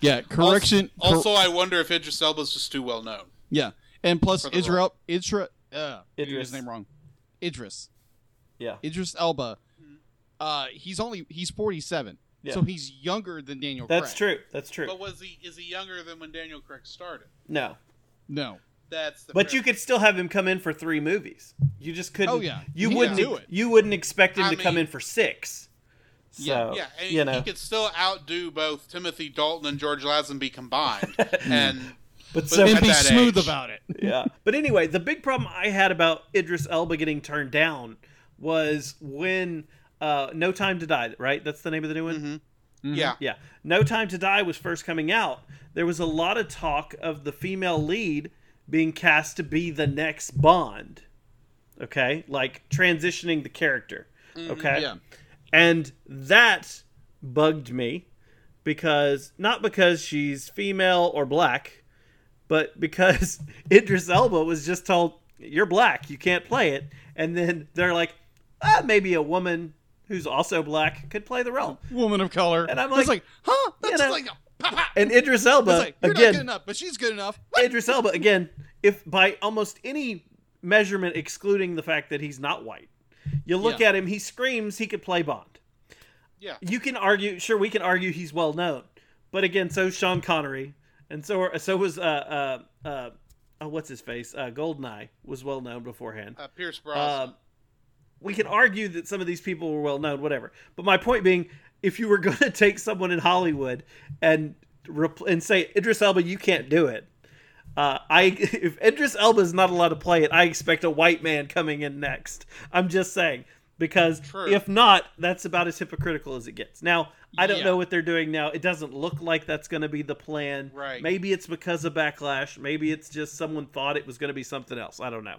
Yeah, correction. cor-
Also, I wonder if Idris Elba is just too well known.
yeah, and plus
For the
Israel, Isra, uh, I did
Idris.
his name wrong. Idris,
Yeah.
Idris Elba. Uh, he's only he's forty seven,
Yeah.
so he's younger than Daniel.
That's
Craig.
true. That's true.
But was he is he younger than when Daniel Craig started?
No.
No,
That's the.
But you
fair-
could still have him come in for three movies. You just couldn't.
Oh, yeah.
You
He
wouldn't.
could do it.
You wouldn't expect him
I
to come
mean-
in for six. So,
Yeah,
Yeah, and
you know.
he could still outdo both Timothy Dalton and George
<laughs>
Lazenby combined,
Mm-hmm.
and
but
At
so
<laughs> and be
that
smooth
age.
about it.
yeah. But anyway, the big problem I had about Idris Elba getting turned down was when uh, No Time to Die. Right. That's the name of the new one.
Mm-hmm.
yeah, <laughs>
Yeah. No Time to Die was first coming out. There was a lot of talk of the female lead being cast to be the next Bond. Okay? Like transitioning the character. Okay?
Mm-hmm, yeah.
And that bugged me because not because she's female or black, but because <laughs> Idris Elba was just told, You're black, you can't play it. And then they're like, ah, maybe a woman who's also black could play the role.
Woman of color,
And I'm
It's
like,
huh? That's
know.
like, a- pop,
Uh,
pop.
And Idris Elba
It's like, you're not good
again
enough, but she's
<laughs>
good enough.
Idris Elba again, if by almost any measurement excluding the fact that he's not white, you look
Yeah.
at him, he screams he could play Bond.
Yeah.
You can argue, sure, we can argue he's well known, but again, so is Sean Connery, and so so was uh uh uh oh, what's his face uh, Goldeneye was well known beforehand.
uh, Pierce Brosnan.
Um, we can argue that some of these people were well known, whatever. But my point being, if you were <laughs> going to take someone in Hollywood and repl- and say Idris Elba, you can't do it. Uh, I <laughs> if Idris Elba is not allowed to play it, I expect a white man coming in next. I'm just saying because
True.
if not, that's about as hypocritical as it gets. Now I don't
Yeah.
know what they're doing now. It doesn't look like that's going to be the plan.
Right.
Maybe it's because of backlash. Maybe it's just someone thought it was going to be something else. I don't know.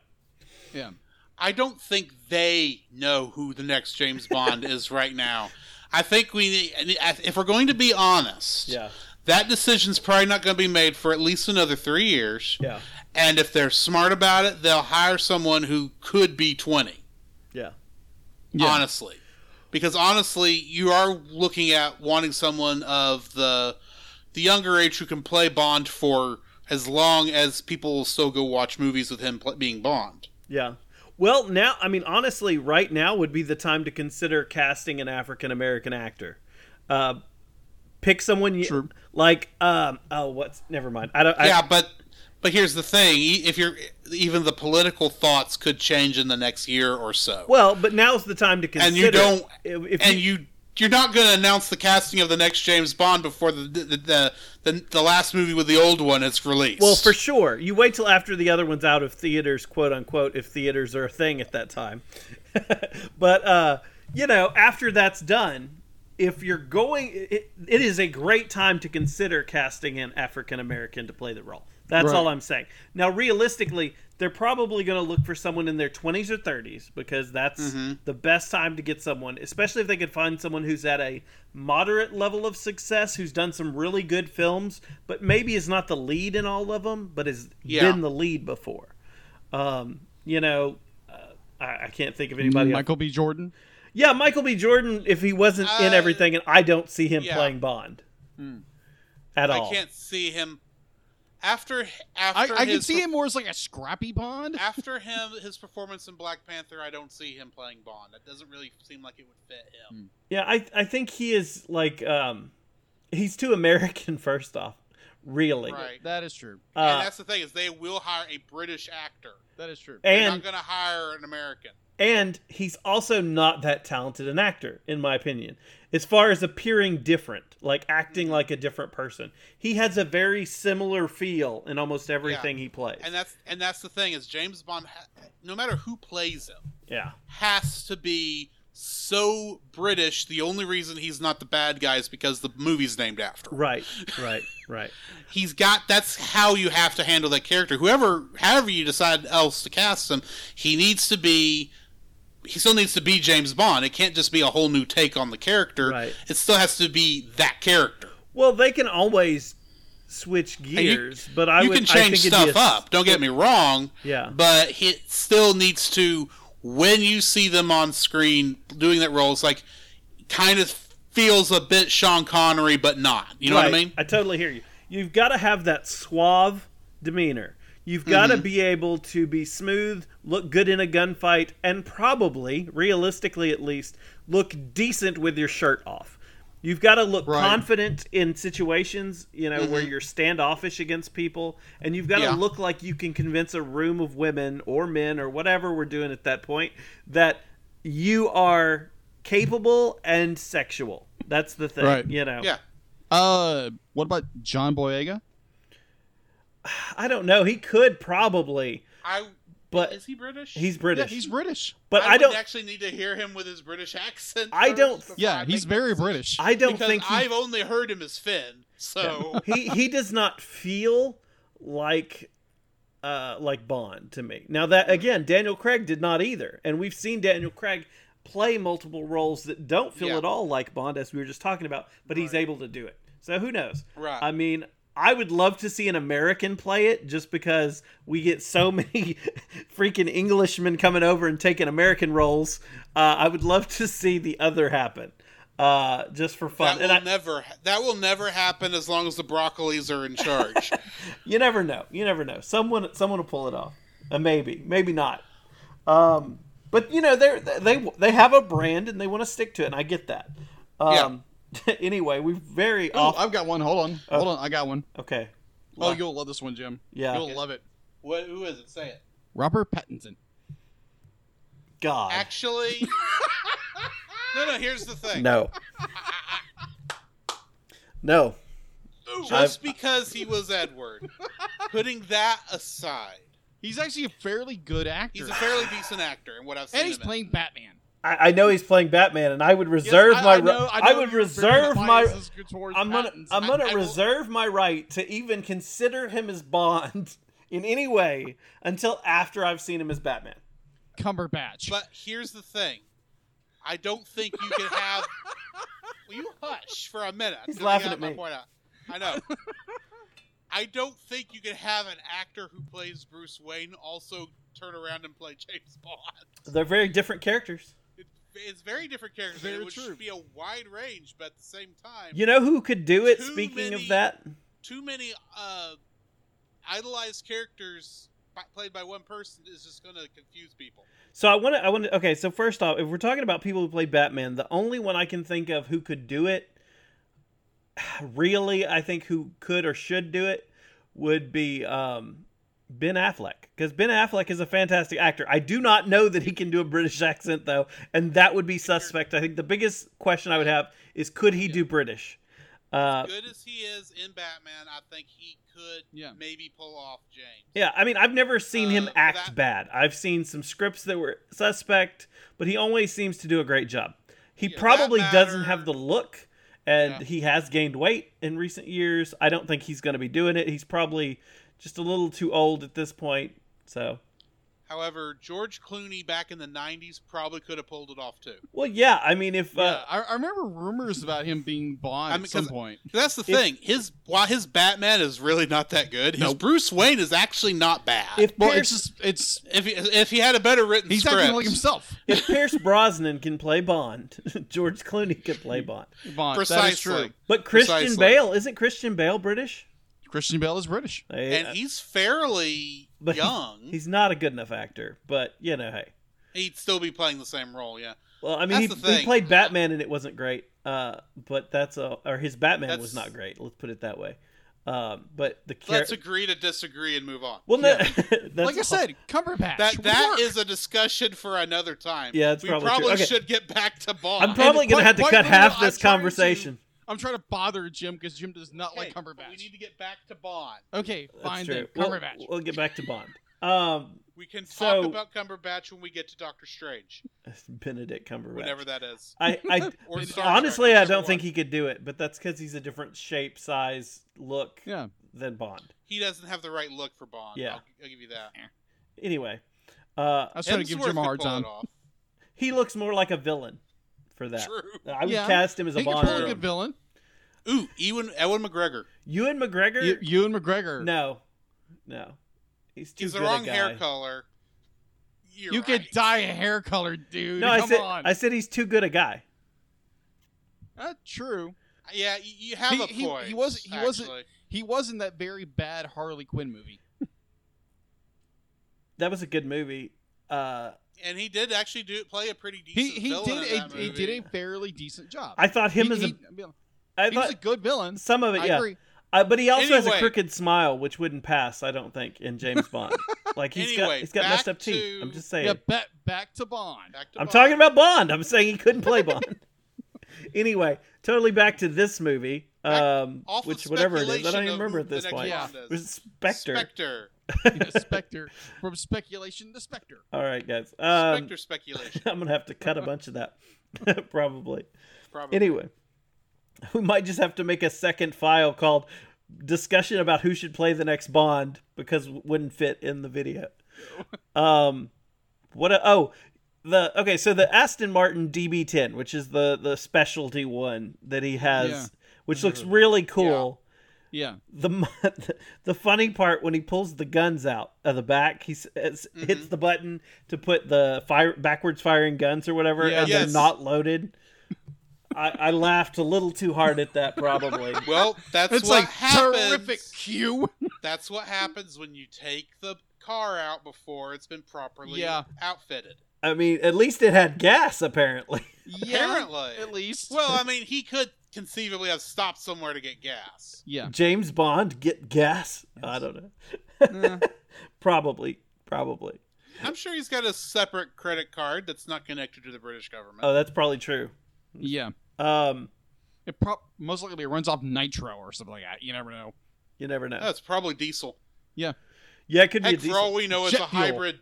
Yeah.
I don't think they know who the next James Bond is right
<laughs>
now. I think we need, if we're going to be honest, that decision's probably not going to be made for at least another three years.
Yeah.
And if they're smart about it, they'll hire someone who could be 20,
Yeah.
Yeah.
honestly. Because honestly, you are looking at wanting someone of the the younger age who can play Bond for as long as people will still go watch movies with him pl- being Bond.
Yeah. Well, now, I mean, honestly, right now would be the time to consider casting an African American actor. Uh, pick someone you
True.
like. Um, oh, what's? Never mind. I don't. I,
yeah, but but here's the thing: E- if you're even the political thoughts could change in the next year or so,
Well, but now's the time to consider.
and you don't,
If, if
and you. You're not going to announce the casting of the next James Bond before the the, the the the last movie with the old one is released.
Well, for sure. You wait till after the other one's out of theaters, quote unquote, if theaters are a thing at that time. <laughs> but, uh, you know, after that's done, if you're going, it, it is a great time to consider casting an African American to play the role. That's
Right.
all I'm saying. Now, realistically, they're probably going to look for someone in their 20s or 30s because that's
Mm-hmm.
the best time to get someone, especially if they could find someone who's at a moderate level of success, who's done some really good films, but maybe is not the lead in all of them, but has
Yeah.
been the lead before. Um, you know, uh, I, I can't think of anybody. else.
Michael B. Jordan.
Yeah, Michael B. Jordan, if he wasn't in
Uh,
everything, and I don't see him
yeah. Hmm.
playing Bond at
I
all.
can't see him after
I,
after
I can
his
see him more as like a scrappy Bond.
after him his performance in Black Panther. I don't see him playing Bond. That doesn't really seem like it would fit him.
Yeah, I I think he is like um, he's too American. <laughs> First off, really,
Right.
That is true.
Uh,
and that's the thing is they will hire a British actor.
That is true.
They're
and
not going to hire an American.
and he's also not that talented an actor, in my opinion. As far as appearing different, like
Mm-hmm.
acting like a different person, he has a very similar feel in almost everything he plays.
And that's and that's the thing is James Bond, ha- no matter who plays him, <laughs>
yeah,
has to be so British. The only reason he's not the bad guy is because the movie's named after. him.
right, right, right.
He's got that's how you have to handle that character. Whoever, however you decide else to cast him, he needs to be. He still needs to be James Bond. It can't just be a whole new take on the character.
Right.
It still has to be that character.
Well, they can always switch
you-
gears, but I
you
would
can
I
change
think it'd be
stuff
a-
up. Don't get me wrong.
Yeah.
But he still needs to, when you see them on screen doing that role, it's like kind of feels a bit Sean Connery, but not. You know what I
Right.
mean?
I totally hear you. You've got to have that suave demeanor. You've got
Mm-hmm.
to be able to be smooth, look good in a gunfight, and probably, realistically at least, look decent with your shirt off. You've got to look
Right.
confident in situations, you know, where you're standoffish against people, and you've got
Mm-hmm. Yeah.
to look like you can convince a room of women or men or whatever we're doing at that point that you are capable and sexual. That's the thing,
Right.
you know.
Yeah.
Uh, what about John Boyega?
I don't know. He could probably,
I
but
is he British?
he's
Yeah,
British.
he's British.
but
I,
I,
would
don't.
actually need to hear him with his British accent.
I
first
don't-
before
Yeah,
I
he's
make-
very British.
I don't
because
think he,
I've only heard him as Finn. So
he he does not feel like uh like Bond to me. Now that again, Daniel Craig did not either, and we've seen Daniel Craig play multiple roles that don't feel
Yeah.
at all like Bond, as we were just talking about. But he's able to do it. So who knows?
<laughs> Right.
I mean. I would love to see an American play it just because we get so <laughs> many freaking Englishmen coming over and taking American roles. Uh, I would love to see the other happen uh, just for fun.
that will
and I,
never ha- that will never happen as long as the broccolis are
<laughs>
in charge.
You never know. You never know. Someone someone will pull it off. Uh, maybe, maybe not. Um, but you know they they they have a brand and they want to stick to it, and I get that. Um, <laughs> anyway, we very
Oh,
off.
I've got one. Hold on. Hold on. I got one.
Okay.
Oh, you'll love this one, Jim.
Yeah.
You'll love it.
what, who is it? Say it.
Robert Pattinson.
God. <laughs>
Actually, no, no. Here's the thing.
no. no.
Just because he was
<laughs>
Edward, putting that aside,
He's actually a fairly good actor.
he's a fairly decent actor. In what I've seen,
and he's
him in.
playing Batman.
I, I know he's playing Batman, and I would reserve
Yes,
my.
I, I, know,
ri-
I, know
would
you're very
reserve my.
biased towards
I'm gonna.
Pattinson.
I'm gonna
I will-
reserve my right to even consider him as Bond <laughs> in any way until after I've seen him as Batman.
Cumberbatch.
But here's the thing. I don't think you can
<laughs>
have. Will you hush for a minute?
He's
'Cause I
laughing
got
at
my
me.
point out. I
<laughs>
know. I don't think you can have an actor who plays Bruce Wayne also turn around and play James Bond.
They're very different characters.
It, it's very different characters.
Very
it would
true.
be a wide range, but at the same time,
You know who could do it?
Too
Speaking of
many-
that,
too many uh, idolized characters by, played by one person is just going to confuse people.
so I want to. I want to. Okay, so first off, if we're talking about people who play Batman, the only one I can think of who could do it, <sighs> really, I think who could or should do it, would be um, Ben Affleck because Ben Affleck is a fantastic actor. I do not know that he can do a British <laughs> accent though, and that would be suspect. I think the biggest question I would have is could he do British? Uh,
Good as he is in Batman, I think he could
Yeah.
maybe pull off James.
Yeah, I mean, I've never seen him
Uh,
act
that-
bad. I've seen some scripts that were suspect, but he always seems to do a great job. He
Yeah, that
probably doesn't
matter-
have the look, and
Yeah.
he has gained weight in recent years. I don't think he's going to be doing it. He's probably just a little too old at this point. So,
However, George Clooney back in the '90s probably could have pulled it off too.
well, yeah, I mean, if
yeah,
uh,
I, I remember rumors about him being Bond
I mean,
at some
'cause-
point.
<laughs> That's the thing. His while his Batman is really not that good. His Bruce Wayne is actually not bad.
if
<laughs> Well,
Pierce,
it's just it's
if he, if he had a better written
he's
script,
acting like himself.
if Pierce Brosnan can play Bond, <laughs> George Clooney can
<laughs>
play Bond.
Bond. That is
precisely.
true.
But Christian
Precisely.
Bale isn't Christian Bale British?
Christian Bale is British.
They-
And he's fairly
but he's-
young.
he's not a good enough actor, but you know, hey.
He'd still be playing the same role. Yeah,
Well, I mean, he,
That's the
he
thing.
played Batman and it wasn't great. Uh, but that's a or his Batman was
That's-
not great. Let's put it that way. Um, but the
let's
character.
agree to disagree and move on.
Well, no,
yeah.
<laughs> that's
like I
all-
said, Cumberbatch.
That
would
that
work.
is a discussion for another time.
Yeah, that's
we
probably
probably,
true. Okay.
should get back to Bond.
I'm probably
And
gonna
quite-
have to
quite
cut
literally,
half
I'm
this
trying to-
conversation.
I'm trying to bother Jim because Jim does not
Okay,
like Cumberbatch.
but We need to get back to Bond.
Okay,
That's
fine
true.
then.
We'll-
Cumberbatch.
We'll, get back to Bond. Um, <laughs>
We can talk
So-
about Cumberbatch when we get to Doctor Strange,
Benedict Cumberbatch.
whenever that is.
I,
<laughs>
I
Or Star Trek,
honestly, I
whichever
don't
one.
think he could do it, but that's because he's a different shape, size, look
yeah.
than Bond.
he doesn't have the right look for Bond.
Yeah.
I'll, I'll give you that.
Anyway, uh,
I was trying to give
Hemsworth
Jim a
could
hard
pull it
time.
off.
he looks more like a villain for that.
True.
I would
Yeah.
cast him as a
He could
Bond.
play a
villain.
good villain.
Ooh, Ewan Ewan McGregor.
Ewan McGregor.
You, Ewan McGregor.
No, no, he's too
He's the
good a
wrong
guy.
hair color. You're
you
right.
could dye a hair color, dude.
No,
Come
I said
on.
I said he's too good a guy.
Uh, true.
Yeah, y- you have
He-
a
he- he
point.
wasn't- he wasn't-
actually.
He was in that very bad Harley Quinn movie.
That was a good movie. Uh,
and he did actually do play a pretty decent.
He he
villain
did
in
a
that
he
movie.
did a fairly decent job.
I thought him
he,
as a.
he-
I
he was a
thought
good villain.
some of it,
I
yeah.
agree.
Uh, but he also has a
Anyway.
crooked smile, which wouldn't pass, I don't think, in
<laughs>
James Bond. Like he's got
Anyway,
he's got
back
messed up teeth.
to-
I'm just saying.
Yeah, back back to Bond.
Back to
I'm
Bond.
talking about Bond. I'm saying he couldn't play Bond. <laughs> anyway, totally back to this movie,
Back
um,
off of
which whatever it is, I
speculation
don't even
of who
remember at
the
this
next
point.
Bond
It
is.
was Spectre.
Spectre.
<laughs>
Spectre from speculation to Spectre.
All right, guys. Um, <laughs>
Spectre speculation.
I'm gonna have to cut a bunch of that, <laughs> probably.
Probably.
Anyway, we might just have to make a second file called discussion about who should play the next Bond because it wouldn't fit in the video. Um, what? A, oh, the okay. So the Aston Martin DB10, which is the the specialty one that he has,
Yeah.
which looks really cool.
Yeah,
The, mo- the <laughs> the funny part when he pulls the guns out of the back, he s- uh, s- hits the button to put the fire backwards firing guns or whatever,
Yeah.
and
Yes.
they're not loaded. I, I laughed a little too hard at that, probably.
Well, that's
it's
what
like
happens.
terrific cue.
That's what happens when you take the car out before it's been properly
Yeah.
outfitted.
I mean, at least it had gas, apparently. <laughs>
Yeah,
Apparently.
at least.
Well, I mean, he could conceivably have stopped somewhere to get gas.
<laughs> yeah.
James Bond get gas? I don't know.
Eh.
Probably, probably.
I'm sure he's got a separate credit card that's not connected to the British government.
Oh, that's probably true.
Yeah.
Um,
It prob most likely it runs off nitro or something like that. You never know.
you never know.
That's probably diesel.
Yeah, it could be. A
Heck, for all
diesel.
we know, it's a
Jet fuel.
hybrid.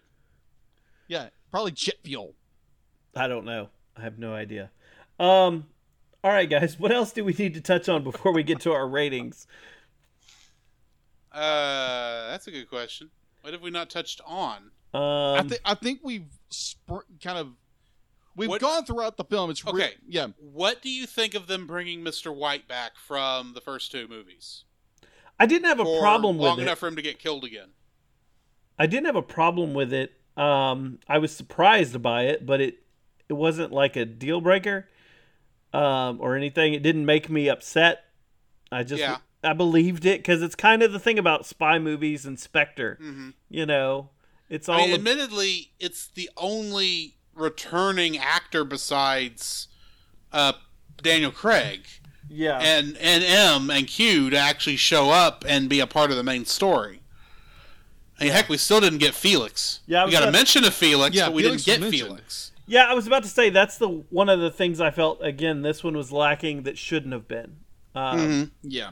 Yeah, probably jet fuel.
I don't know. I have no idea. Um, all right, guys. What else do we need to touch on before we get to our ratings?
Uh, that's a good question. What have we not touched on?
Um,
I think I think we've spr- kind of we've
What-
gone throughout the film. It's re-
Okay.
yeah.
What do you think of them bringing Mr. White back from the first two movies?
I didn't have a
For
problem with
long
it.
enough for him to get killed again.
I didn't have a problem with it. Um, I was surprised by it, but it it wasn't like a deal breaker um, or anything. It didn't make me upset. I just
Yeah.
I believed it because it's kind of the thing about spy movies and Spectre.
hmm
You know, it's all
I mean,
of-
admittedly, it's the only returning actor besides uh, Daniel Craig
yeah.
and and M and Q to actually show up and be a part of the main story. I mean, heck, we still didn't get Felix.
Yeah, I
we
was
got a
about-
mention of Felix,
Yeah,
but we
Felix
didn't get
was mentioned.
Felix.
Yeah, I was about to say that's the one of the things I felt again. This one was lacking that shouldn't have been. Um,
Mm-hmm.
Yeah.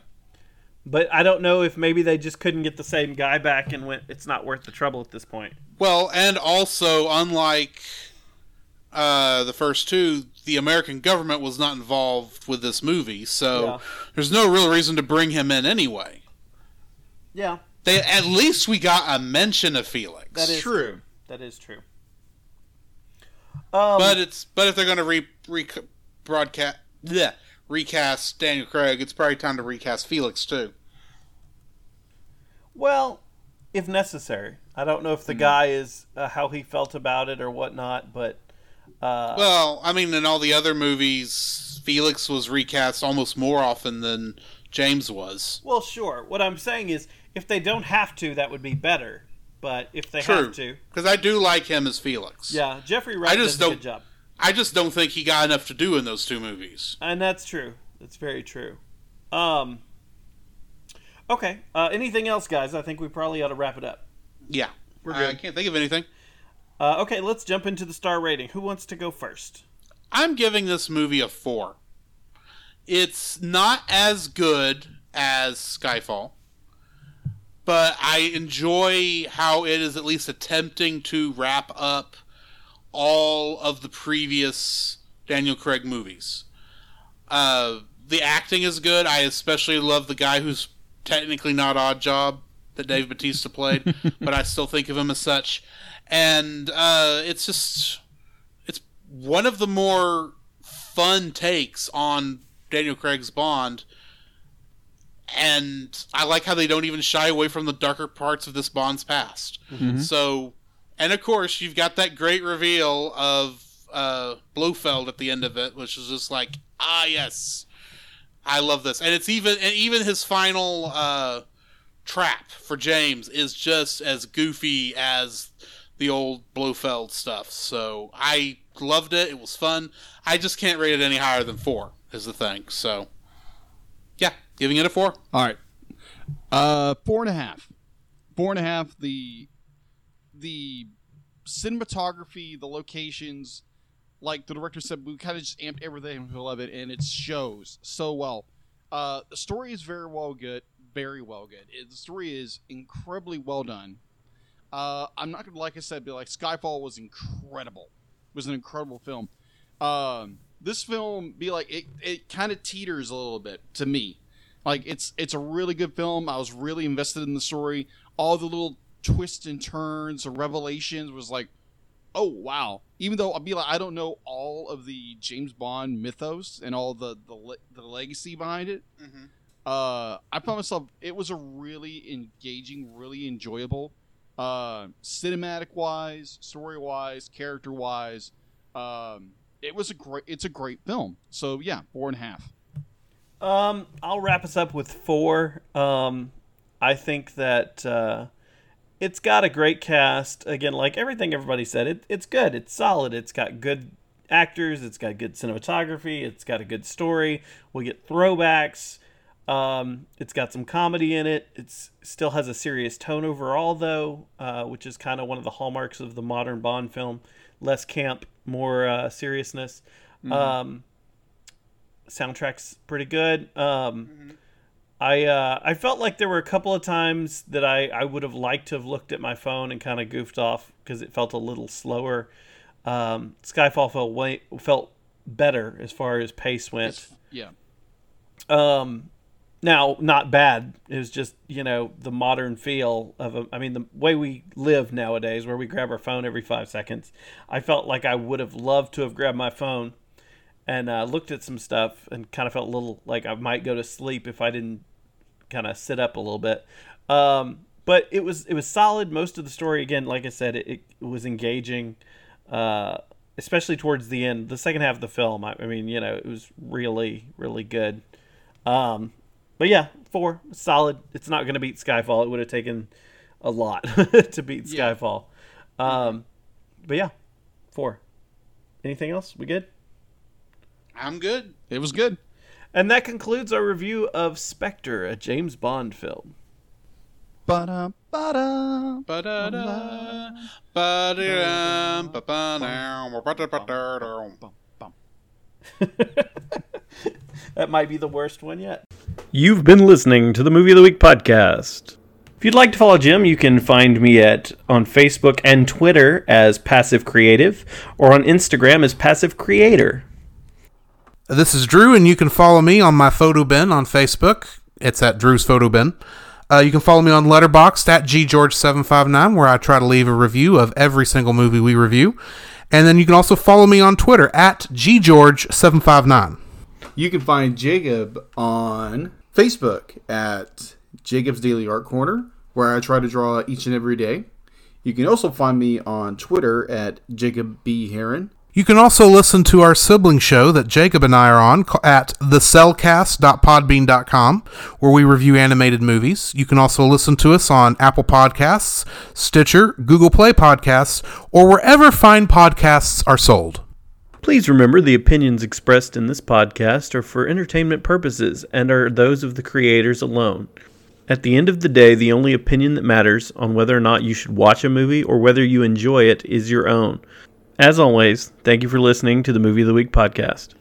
But I don't know if maybe they just couldn't get the same guy back and went. It's not worth the trouble at this point.
Well, and also, unlike uh, the first two, the American government was not involved with this movie, so
Yeah.
there's no real reason to bring him in anyway.
Yeah,
They at least we got a mention of Felix.
That is-
True.
that is true. Um,
but it's but if they're going to re, re broadcast bleh, recast Daniel Craig, it's probably time to recast Felix too.
Well, if necessary. I don't know if
Mm-hmm.
the guy is uh, how he felt about it or whatnot, but uh,
Well, I mean, in all the other movies, Felix was recast almost more often than James was.
well, sure. What I'm saying is, if they don't have to, that would be better. But if they
True,
have to,
because I do like him as Felix.
yeah, Jeffrey Wright does a
just don't-
good job,
I just don't think he got enough to do in those two movies.
and that's true. That's very true. Um. Okay. Uh, anything else, guys? I think we probably ought to wrap it up.
Yeah,
We're
I
good.
can't think of anything.
Uh, okay, let's jump into the star rating. Who wants to go first?
I'm giving this movie a four. It's not as good as Skyfall, but I enjoy how it is at least attempting to wrap up all of the previous Daniel Craig movies. Uh, the acting is good. I especially love the guy who's technically not Odd Job that Dave Batista played, but I still think of him as such. And uh, it's just it's one of the more fun takes on Daniel Craig's Bond. And I like how they don't even shy away from the darker parts of this Bond's past. So, and of course, you've got that great reveal of uh, Blofeld at the end of it, which is just like, ah yes i love this and it's even and even his final uh trap for james is just as goofy as the old blofeld stuff so i loved it it was fun i just can't rate it any higher than four is the thing so yeah giving it a four
All right. Uh, four and a half. Four and a half. The the cinematography, the locations, like the director said, we kind of just amped everything up of it, and it shows so well. Uh, the story is very well good, very well good. It, the story is incredibly well done. Uh, I'm not gonna, like I said, be like Skyfall was incredible. It was an incredible film. Um, this film be like it, it kind of teeters a little bit to me like it's it's a really good film i was really invested in the story all the little twists and turns and revelations was like oh wow even though i'll be like i don't know all of the james bond mythos and all the the, le- the legacy behind it
Mhm.
uh i found myself it was a really engaging really enjoyable uh cinematic wise story wise character wise um it was a great it's a great film so yeah four and a half
Um, I'll wrap us up with four. Um, I think that uh, it's got a great cast. Again, like everything everybody said, it, it's good. It's solid. It's got good actors. It's got good cinematography. It's got a good story. We get throwbacks. Um, it's got some comedy in it. It's still has a serious tone overall, though, uh, which is kind of one of the hallmarks of the modern Bond film. Less camp, more uh, seriousness. Um, soundtrack's pretty good. Um, I uh, I felt like there were a couple of times that I, I would have liked to have looked at my phone and kind of goofed off because it felt a little slower. Um, Skyfall felt way felt better as far as pace went.
It's- yeah
Um, now, not bad. It was just you know the modern feel of a, I mean the way we live nowadays, where we grab our phone every five seconds. I felt like I would have loved to have grabbed my phone and uh, looked at some stuff, and kind of felt a little like I might go to sleep if I didn't kind of sit up a little bit. Um, but it was it was solid. Most of the story, again, like I said, it, it was engaging, uh, especially towards the end, the second half of the film. I, I mean, you know, it was really really good. Um, but yeah, four solid. It's not going to beat Skyfall. It would have taken a lot <laughs> to beat
Yeah.
Skyfall. Um, but yeah, four. Anything else? We good?
i'm good
it was good
And that concludes our review of Spectre, a James Bond film.
Ba-da, ba-da.
Ba-da-da. Ba-da-dum, ba-ba-dum, ba-da-ba-da-dum.
That might be the worst one yet. You've been listening to the Movie of the Week podcast. If you'd like to follow Jim, you can find me at on Facebook and Twitter as Passive Creative or on Instagram as Passive Creator.
This is Drew, and you can follow me on my photo bin on Facebook. It's at Drew's Photo Bin. Uh, you can follow me on Letterboxd at ggeorge759, where I try to leave a review of every single movie we review. And then you can also follow me on Twitter at ggeorge759.
You can find Jacob on Facebook at Jacob's Daily Art Corner, where I try to draw each and every day. You can also find me on Twitter at Jacob B. Heron.
You can also listen to our sibling show that Jacob and I are on ca- at thecellcast.podbean.com, where we review animated movies. You can also listen to us on Apple Podcasts, Stitcher, Google Play Podcasts, or wherever fine podcasts are sold.
Please remember the opinions expressed in this podcast are for entertainment purposes and are those of the creators alone. At the end of the day, the only opinion that matters on whether or not you should watch a movie or whether you enjoy it is your own. As always, thank you for listening to the Movie of the Week podcast.